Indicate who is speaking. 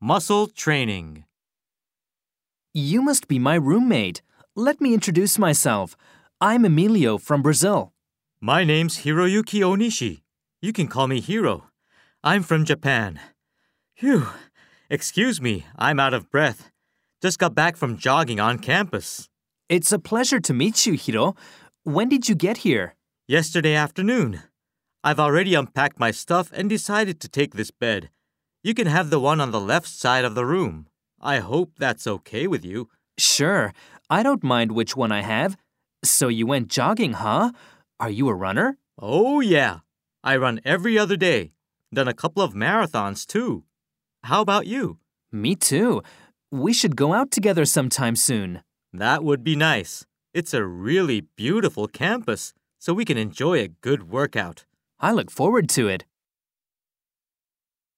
Speaker 1: Muscle training.
Speaker 2: You must be my roommate. Let me introduce myself. I'm Emilio from Brazil.
Speaker 1: My name's Hiroyuki Onishi. You can call me Hiro. I'm from Japan. Phew. Excuse me, I'm out of breath. Just got back from jogging on campus.
Speaker 2: It's a pleasure to meet you, Hiro. When did you get here?
Speaker 1: Yesterday afternoon. I've already unpacked my stuff and decided to take this bed. You can have the one on the left side of the room. I hope that's okay with you.
Speaker 2: Sure, I don't mind which one I have. So you went jogging, huh? Are you a runner?
Speaker 1: Oh, yeah. I run every other day. Done a couple of marathons, too. How about you?
Speaker 2: Me too. We should go out together sometime soon.
Speaker 1: That would be nice. It's a really beautiful campus, so we can enjoy a good workout.
Speaker 2: I look forward to it.